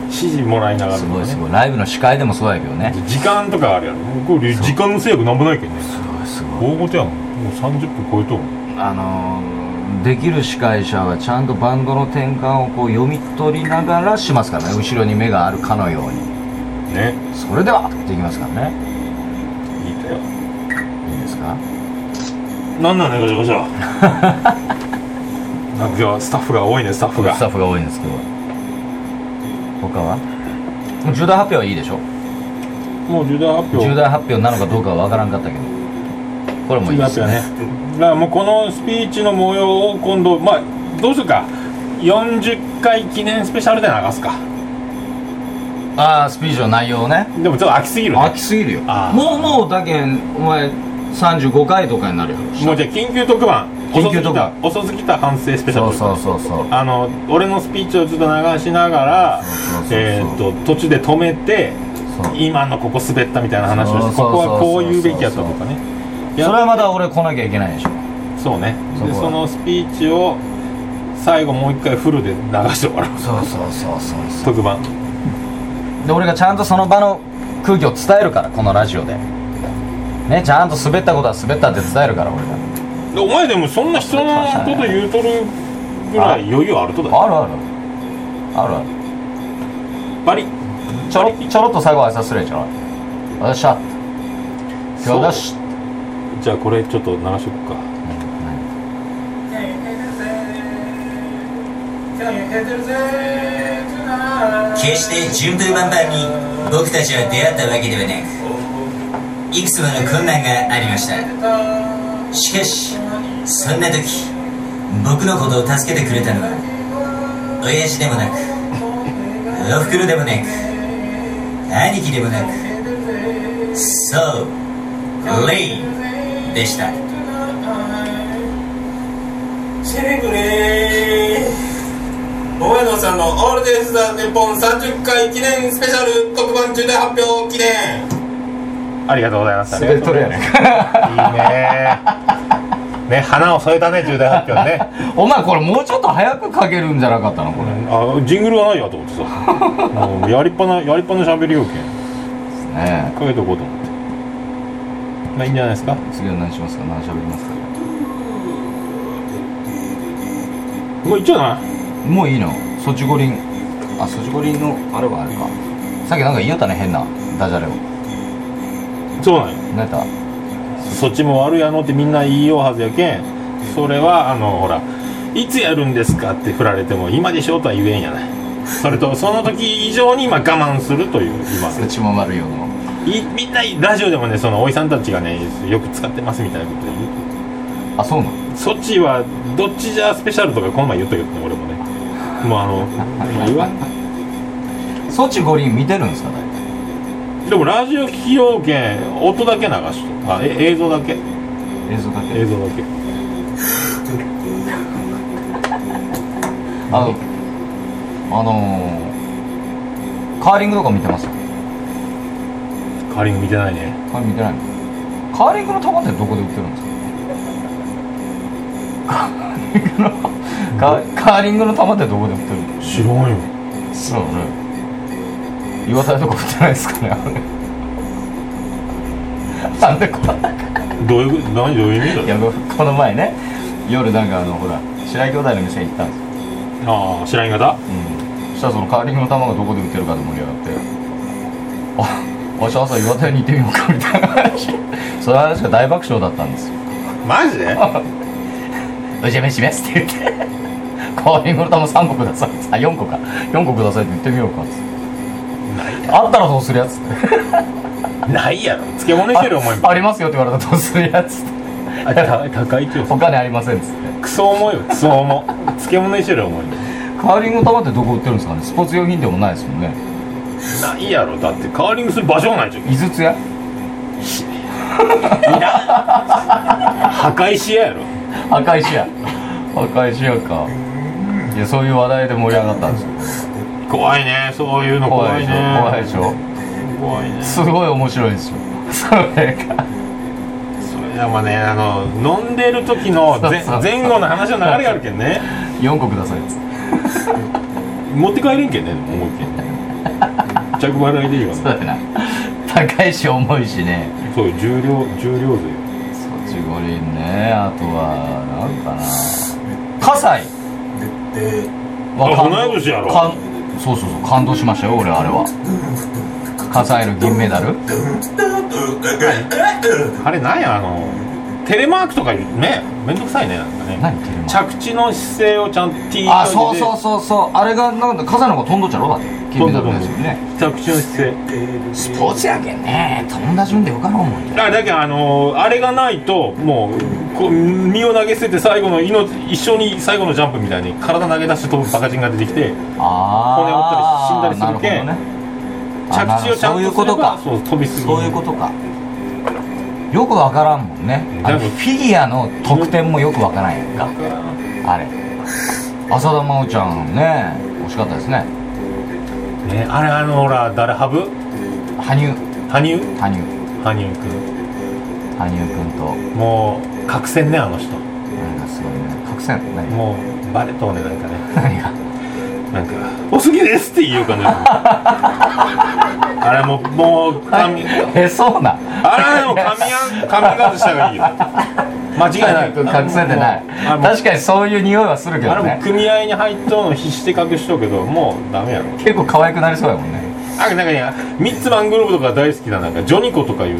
S1: 指示もらいながら
S3: す
S1: と
S3: ご
S1: か
S3: いす
S1: ね
S3: ごいライブの司会でもそうやけどね
S1: 時間とかあるやろこれ時間の制約なんもないけどね
S3: すごいすごい
S1: 大ごとやもんもう30分超えとる
S3: あのーできる司会者はちゃんとバンドの転換をこう読み取りながらしますからね後ろに目があるかのように
S1: ね
S3: それではできますからね
S1: いいだよ
S3: いいですか
S1: なん なんねガシャガシャなんか今日スタッフが多いねスタッフが
S3: スタッフが多いんですけど他は重大発表はいいでしょ
S1: もう重大発表
S3: 重大発表なのかどうかは分からんかったけどこれもいい
S1: だ
S3: で
S1: っ
S3: す
S1: た
S3: よ
S1: よね
S3: ね
S1: だからもうこのスピーチの模様を今度まあどうするか40回記念スペシャルで流すか
S3: ああスピーチの内容をね
S1: でもちょっと飽きすぎるね
S3: 飽きすぎるよ
S1: あー
S3: もうもうだけんお前35回とかになるよ
S1: もうじゃあ緊急特番
S3: 緊急特番
S1: 遅すぎた遅すぎた反省スペシャ
S3: そ
S1: ル
S3: うそうそうそう
S1: あの俺のスピーチをずっと流しながら
S3: そうそうそう
S1: えーっと途中で止めて
S3: そう
S1: 今のここ滑ったみたいな話をして
S3: そ
S1: ここ
S3: うそうそうそう
S1: はこう言うべきやったとかねいや
S3: それはまだ俺来なきゃいけないでしょ
S1: そうね
S3: そこ
S1: で
S3: は
S1: そのスピーチを最後もう一回フルで流して終わろう
S3: そうそうそうそうそ
S1: 特番
S3: うで俺がちゃんとその場の空気を伝えるからこのラジオでねちゃんと滑ったことは滑ったって伝えるから俺が
S1: でお前でもそんな人のこと言うとるぐらい余裕あるとだよ
S3: あるあるあるある
S1: バリ
S3: ちょろちょろっと最後挨拶するやんちょろよっしゃ今日だし
S1: じゃあこれちょっと流しとくか
S5: 決して順風満帆に僕たちは出会ったわけではなくいくつもの困難がありましたしかしそんな時僕のことを助けてくれたのは親父でもなくおふくろでもなく兄貴でもなくそうレイでした
S2: シェレグレー桃屋のさんの「オールデンス・ザ・ネポン」30回記念スペシャル特番重大発表記念
S1: ありがとうございました
S3: 滑っとるやねん
S1: いいねね花を添えたね重大発表ね
S3: お前これもうちょっと早くかけるんじゃなかったのこれ
S1: あジングルはないやと思ってさ もうやりっぱなやりっぱな喋りようけん
S3: ね
S1: かけとこうと思ってまあいいんじゃないですか
S3: え次は何しますか何喋りますか
S1: もういっちゃうない
S3: もういいのソチ五輪あソチ五輪のあれはあれかさっきなんか言いよったね変なダジャレを
S1: そうなんよ
S3: 何やった
S1: そっちも悪いやのってみんな言いようはずやけんそれはあのほらいつやるんですかって振られても今でしょとは言えんやないそれとその時以上に今我慢するという今
S3: そっちも悪いよの
S1: いみんなラジオでもねそのおいさんたちがねよく使ってますみたいなこと言う
S3: あそうなの
S1: そっちはどっちじゃスペシャルとかこの前言ったけどね俺もねもうあのもう言わん
S3: ソチ五輪見てるんですか大体
S1: でもラジオ聞きようけん音だけ流しとあえ映像だけ
S3: 映像かけ
S1: 映像だけ
S3: あのあのー、カーリングとか見てますカ
S1: カーリング見てないね
S3: ーリング見てないのカーリングの球ってどこで売ってるんですかカーリングのカーカーリングの球ってどこで売ってるの
S1: 知らんよ
S3: そうね岩田とこ食ってないですかねあれなんでこ
S1: どういう何どういう意味だ
S3: いや僕この前ね夜なんかあのほら白井兄弟の店行ったんですよ
S1: ああ白井型
S3: うん、そしたらそのカーリングの球がどこで打てるかで盛り上がってあわし朝岩手に行ってみようかみたいな話その話が大爆笑だったんですよ
S1: マジで
S3: 「お邪魔します」って言って「カーリングの球3個ください」あ4個か4個くださいって言ってみようかっつってあったらどうするやつって
S1: ないやろ漬物いけるお前
S3: あありますよって言われたらどうするやつって
S1: あた高いって
S3: お金ありませんっつって
S1: クソ重いよクソ重漬物いけるお前
S3: カーリングの球ってどこ売ってるんですかねスポーツ用品でもないですもんね
S1: ないやろだってカーリングする場所がないじゃん
S3: 井筒屋
S1: 破壊しややろ
S3: 赤石屋赤石屋かいやそういう話題で盛り上がったんですよ
S1: 怖いねそういうの怖
S3: 怖い
S1: い
S3: で
S1: ね
S3: しょ怖いでしょ
S1: 怖いね
S3: すごい面白いですよそれが
S1: それでもねあの飲んでる時の前
S3: そうそう
S1: 前後の話の流れがあるけんね
S3: 4個くださいっつって
S1: 持って帰れんけんねでも思うけんね着払いでいいわ
S3: そ
S1: ね
S3: うやな高いし重いしね
S1: そうよ重量重量税
S3: そっち五輪ねあとはなんかな葛西
S1: あ
S3: 感
S1: 同い年やろ
S3: 感そうそうそう感動しましたよ俺あれは葛西の銀メダル
S1: あれなんやあのテレマークとかねめんどくさいねなんかね
S3: 何言ってる
S1: 着地の姿勢をちゃんと T
S3: あそう
S1: で
S3: そうそうそうあれがなんだ葛西の方が飛んどっちゃろだって金メダルですよね
S1: 着地の姿勢
S3: スポーツやけんね飛んだ順でよかろうもんね
S1: あだけどあのあれがないともうこう身を投げ捨てて最後の命一緒に最後のジャンプみたいに体投げ出して飛ぶバカ人が出てきて
S3: ああ
S1: 骨折ったり死んだりするけん
S3: なほど
S1: 着
S3: ね
S1: 地をちゃんとすれば
S3: そういうことか
S1: そう飛びすぎ
S3: そういうことかよくわからんもんねあの
S1: 多
S3: フ
S1: 分
S3: ィギュアの得点もよくわからんやんかあれ浅田真央ちゃんね惜しかったですね
S1: ねあれあのほら誰ハブ
S3: 羽生
S1: 羽生
S3: 羽生
S1: 羽生君
S3: 羽生君と
S1: もう隔戦ねあの人
S3: なんかすごいね覚醒何
S1: もうバレとうねなんかね
S3: 何が
S1: なんか「おすぎです」って言う感じあれももう髪
S3: えそうなん
S1: あれでも髪あん髪型した方がいいよ間違いない
S3: 覚醒でない
S1: あもう
S3: 確かにそういう匂いはするけ
S1: あ
S3: ど
S1: れも
S3: ね
S1: 組合に入っとうの必死で隠しとうけどもうダメやろ
S3: 結構可愛くなりそうやもんね
S1: あなんかねミッツマングローブとか大好きななんかジョニコとかいう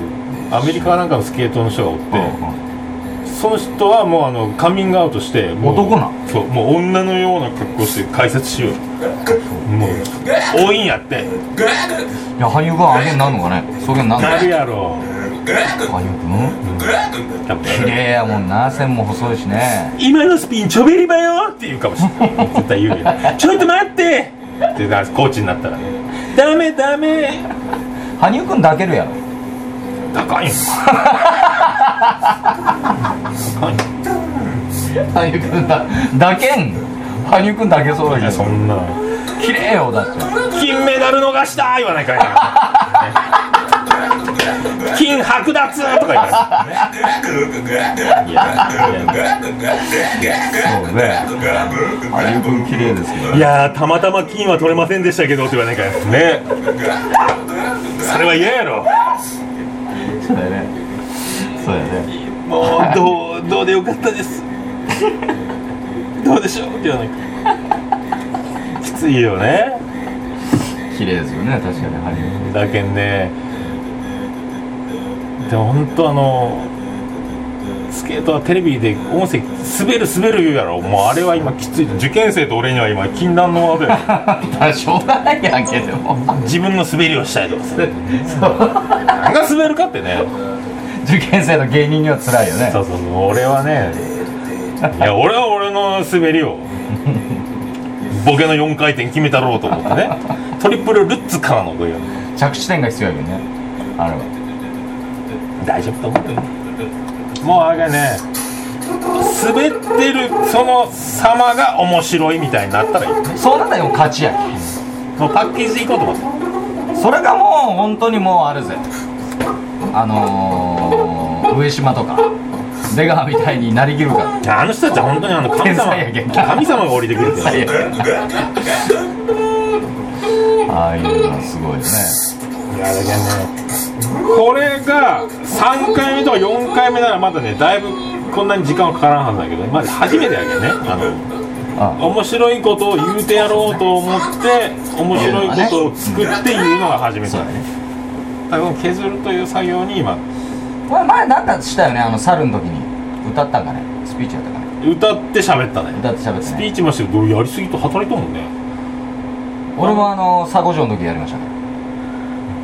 S1: アメリカなんかのスケートの人がおって、その人はもうあのカミングアウトしてもう
S3: 男な
S1: そうもう女のような格好して解説しようもう多いんやって
S3: いや羽生君あげになるのかねそうげんなんの
S1: なるやろ
S3: 羽生君
S1: 多分
S3: 綺麗やもんな線も細いしね
S1: 今のスピンちょべりばよって言うかもしれ ない絶対言うよちょっと待ってってだコーチになったらねダメダメ
S3: 羽生くん抱けるやろ
S1: 高いん高い
S3: 羽生くんだ抱けん羽生くん抱けそうだ
S1: いや
S3: け
S1: そ
S3: ど
S1: んな
S3: 綺麗よだって
S1: 金メダル逃した言わない からね金剥奪とか言わないいやいや
S3: そうね羽生くん綺麗ですけど
S1: いやーたまたま金は取れませんでしたけどって言わないからねそれは嫌やろ
S3: そうだよねそうだよね
S1: もうどうどうでよかったですどうでしょうって言わないからきついよね
S3: 綺麗ですよね確かに羽生
S1: だけんねでも本当あのスケートはテレビで音声滑る滑る言うやろもうあれは今きつい受験生と俺には今禁断の技だよ
S3: 君 あしょうがないやんけでも
S1: 自分の滑りをしたいとか さ
S3: そう
S1: 何が滑るかってね
S3: 受験生の芸人には辛いよね
S1: そうそうそう俺はねいや俺は俺の滑りをボケの4回転決めたろうと思ってねトリプルルッツからのこういう
S3: 着地点が必要やけどねあれは
S1: 大丈夫と思ってるもうあれがね滑ってるその様が面白いみたいになったらいいもう
S3: そうなんだよ勝ちや
S1: パッケージでいこうと思って
S3: けそれがもう本当にもうあるぜあのー、上島とか出川みたいになりき るから
S1: あの人たちは本当にあの神
S3: 天
S1: 様
S3: 才やけんな
S1: 神様が降りてくるけど
S3: 最悪ああいうのはすごいですね
S1: いやだけどねこれが3回目とか4回目ならまだねだいぶこんなに時間はかからんはずだけどまず初めてやけどねあの
S3: あ
S1: 面白いことを言うてやろうと思って面白いことを作って言うのが初めて
S3: そう
S1: だ
S3: だね
S1: からこの削るという作業に今
S3: これ前なんかしたよねあの猿の時に歌ったんかねスピーチやったか
S1: 歌
S3: ね
S1: って喋ったね
S3: 歌って喋って
S1: スピ
S3: ね
S1: ーチもしてるけどやりすぎと働いとんもんね
S3: 俺もあの佐護城の時やりましたね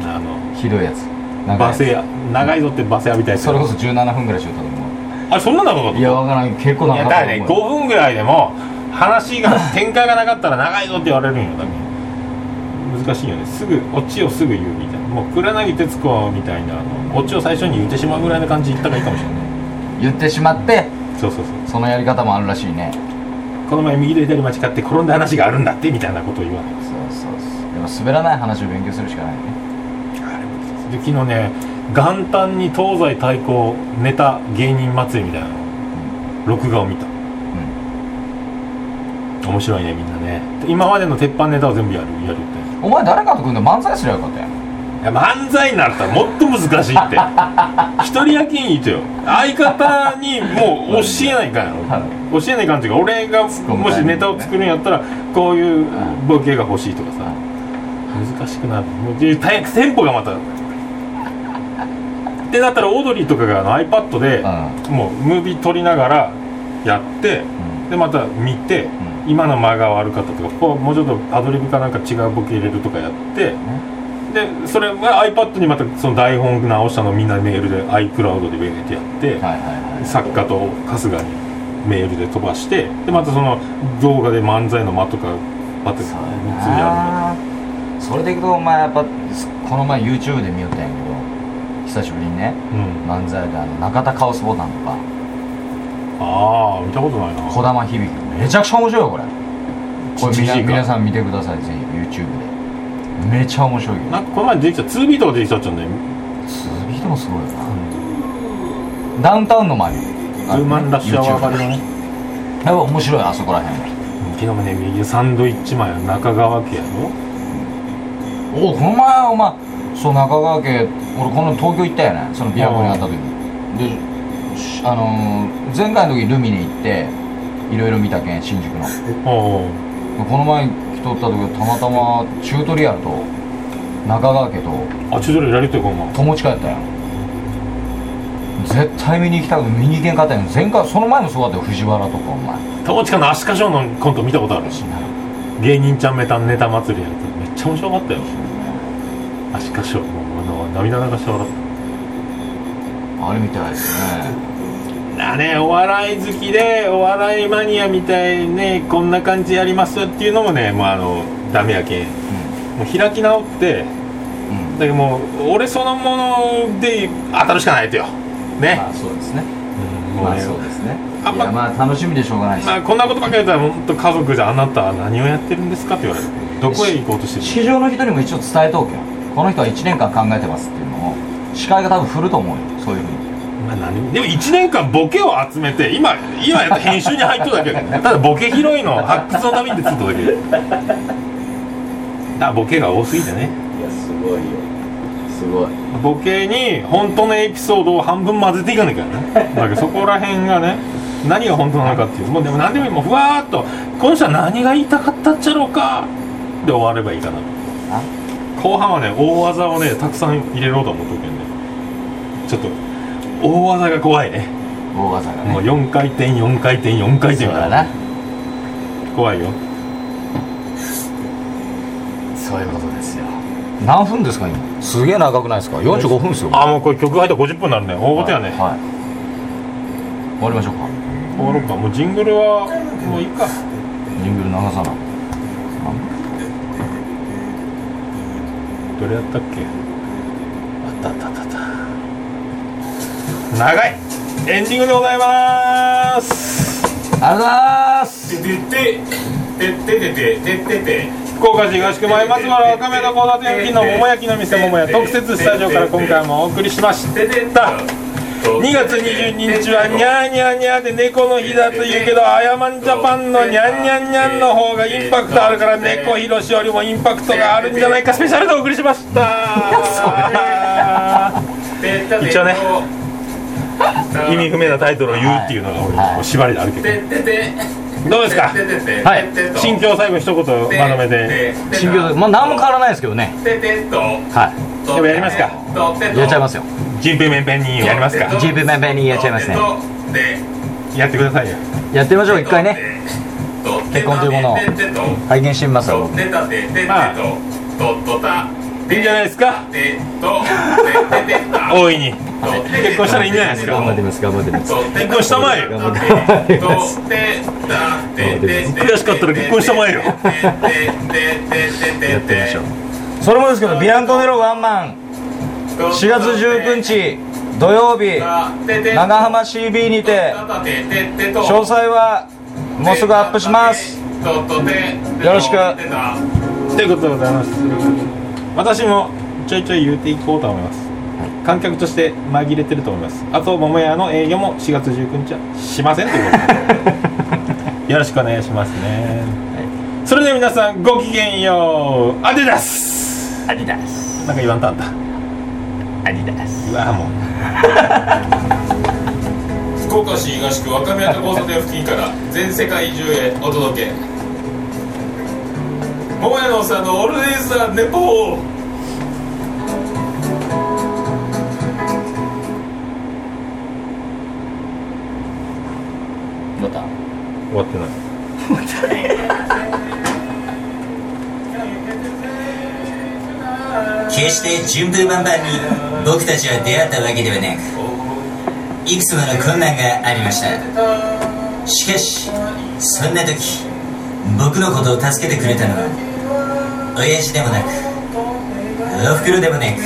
S1: あの
S3: ひどいやつなんか
S1: 罵声や長いぞって罵声浴びたい
S3: それこそ17分ぐらいしよったと思
S1: あれそんな長かっ
S3: う
S1: た
S3: いやわからん結構
S1: い
S3: 長
S1: や
S3: か
S1: だ
S3: っ
S1: か
S3: た
S1: らね
S3: と思う
S1: 5分ぐらいでも話が展開がなかったら長いぞって言われるんよだけ難しいよねすぐオチをすぐ言うみたいなもう黒柳徹子みたいなあのオチを最初に言ってしまうぐらいの感じで言った方がいいかもしれない
S3: 言ってしまって
S1: そうそうそう
S3: そのやり方もあるらしいね
S1: この前右と左間違って転んだ話があるんだってみたいなことを言わない
S3: そうそうそうでも滑らない話を勉強するしかないよね
S1: で昨日ね元旦に東西対抗ネタ芸人祭りみたいなの録画を見た、面白いねみんなね今までの鉄板ネタを全部やるやるって
S3: お前誰かと組んで漫才すりゃよかったやん
S1: いや漫才になったらもっと難しい って一人焼きにいてよ相方にもう教えないかんやろ教えないかんっていうか俺が
S3: 込む
S1: もしネタを作るんやったらこういうボケが欲しいとかさ難しくなるもうで大変テンポがまたってなったらオードリーとかがあの iPad でもうムービー撮りながらやって
S3: う
S1: でまた見て
S3: う
S1: 今の間が悪かったとかこうもうちょっとアドリブかなんか違うボケ入れるとかやってでそれは iPad にまたその台本直したのをみんなメールで iCloud でベーってやって、
S3: はいはいはい
S1: 作家と春日にメールで飛ばしてでまたその動画で漫才の間とかパッて3つ
S3: そう
S1: や
S3: やなそれでいくとお前やっぱこの前 YouTube で見よったんやけど久しぶりにね
S1: るのうん
S3: 漫才であの中田カオスボタンとか
S1: ああ見たことないな
S3: 児玉響めちゃくちゃ面白いよこれこれ
S1: じじいか
S3: 皆皆さん見てくださいぜひ YouTube でめちゃ面白いよ
S1: なんかこの前出てきた 2B とか出てきたっちゃうんだよ
S3: 鈴木でもすごいよなダウンタウンの前
S1: ウ
S3: に
S1: ーマンラッシュアワーばりのね
S3: YouTube やっぱ面白いあそこらへん
S1: 昨日もね右サンドイッチマンや中川家やろ
S3: おこの前お前そう中川家俺この東京行ったよねその琵琶湖にあった時にでしあのー前回の時ルミネ行っていろいろ見たけん新宿ので
S1: おう
S3: この前来とった時たまたまチュートリアルと中川家と
S1: あちょっとやりといこうま
S3: 友近やったやん絶対見に行きたくて見に行けんかったやん前回その前もそうだったよ藤原とかお前
S1: 友近のアシカショーのコント見たことあるし芸人ちゃんメタネタ祭りやるとめっちゃ面白かったよアシカショーもうあの涙流して笑っ
S3: あれみたいですね
S1: ただねお笑い好きでお笑いマニアみたいにねこんな感じやりますっていうのもねもうあのダメやけんもう開き直って
S3: うん、うん
S1: だけどもう俺そのもので当たるしかないとよね
S3: まあそうですね
S1: うんも
S3: ま
S1: う
S3: あ
S1: ね
S3: そうですね
S1: あ
S3: いやまあ楽しみでしょうがないです
S1: まあこんなことばっかり言ったら本当家族じゃあなたは何をやってるんですかって言われるどこへ行こうとしてる
S3: 市場の人にも一応伝えとおけよこの人は1年間考えてますっていうのを司会が多分振ると思うよそういうふうに
S1: まあ、何でも1年間ボケを集めて今今やった編集に入っとるだけただボケ広いのを発掘のためにってつっとだけだからボケが多すぎてね
S3: いやすごいよすごい
S1: ボケに本当のエピソードを半分混ぜていかなきゃねだからそこら辺がね何が本当なのかっていうもうでも何でもいいもうふわーっとこの人は何が言いたかったっちゃろうかで終わればいいかな後半はね大技をねたくさん入れろうと思っとくけんねちょっと大技が怖いね
S3: 大技が
S1: もう
S3: ね
S1: 4回転4回転4回
S3: そ
S1: 転
S3: う
S1: みた
S3: だ
S1: いな
S3: な
S1: 怖いよ
S3: そういうことですよ何分ですか今すげえ長くないですか45分ですよ
S1: あもうこれ曲入って50分になるね大事やね、
S3: はい、はい終わりましょうか
S1: 終わろうかもうジングルはもういいか
S3: ジングル流さない
S1: どれやったっけあったあったあったあった長いエンディングでございます
S3: ありがとうございます
S2: ててててててててて
S1: 福岡市東区前松原若めの交差点付近の桃焼きの店桃屋特設スタジオから今回もお送りしました
S2: ててた
S1: 2月22日はニャーニャーニャーで猫の日だと言うけどアヤマンジャパンのニャンニャンニャンの方がインパクトあるから猫ひろしよりもインパクトがあるんじゃないかスペシャルでお送りしました一応ね意味不明なタイトルを言うっていうのが俺の縛りであるけどどうですか
S3: はい
S1: 心境を最後一言まとめて
S3: 新曲まあ何も変わらないですけどねはい
S1: でもやりますか
S3: やっちゃいますよ
S1: ジンペメンペンにやりますか
S3: ジープメンペンにやっちゃいますね
S1: やってくださいよ
S3: やってみましょう一回ね結婚というものを拝見してみますよ
S1: いいんじゃないですか大いに結婚したらいいんじゃないです
S3: 頑張
S1: か
S3: ってみます頑張ってみます
S1: 結婚したまえよ
S3: 頑張ってみます
S1: 悔しかったら結婚したまえよ
S3: やってみましょうそれもですけどビアンコネロワンマン4月19日土曜日長浜 CB にて詳細はもうすぐアップしますよろしく
S1: ということでございます私もちょいちょい言うていこうと思います観客として紛れてると思いますあと桃屋の営業も4月19日はしませんというこ とでよろしくお願いしますね、それでは皆さんごきげんようアディダス
S3: アディダス
S1: なんか言わんとあんた
S3: アディダス
S1: うわもう
S2: 福岡市東区若宮と交差点付近から全世界中へお届け桃屋のおっさんのオールデイズ・ザ・ネポー
S3: また
S1: 終わってない
S5: 決して順風満帆に僕たちは出会ったわけではなくいくつもの困難がありましたしかしそんな時僕のことを助けてくれたのは親父でもなくおふくろでもなく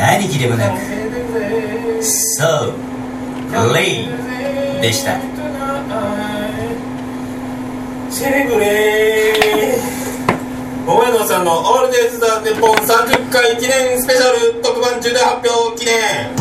S5: 兄貴でもなくそうレイでした
S2: シェレグレー桃屋のおっさんのオールデイズ・ザ・ネポー30回記念スペシャル特番中で発表記念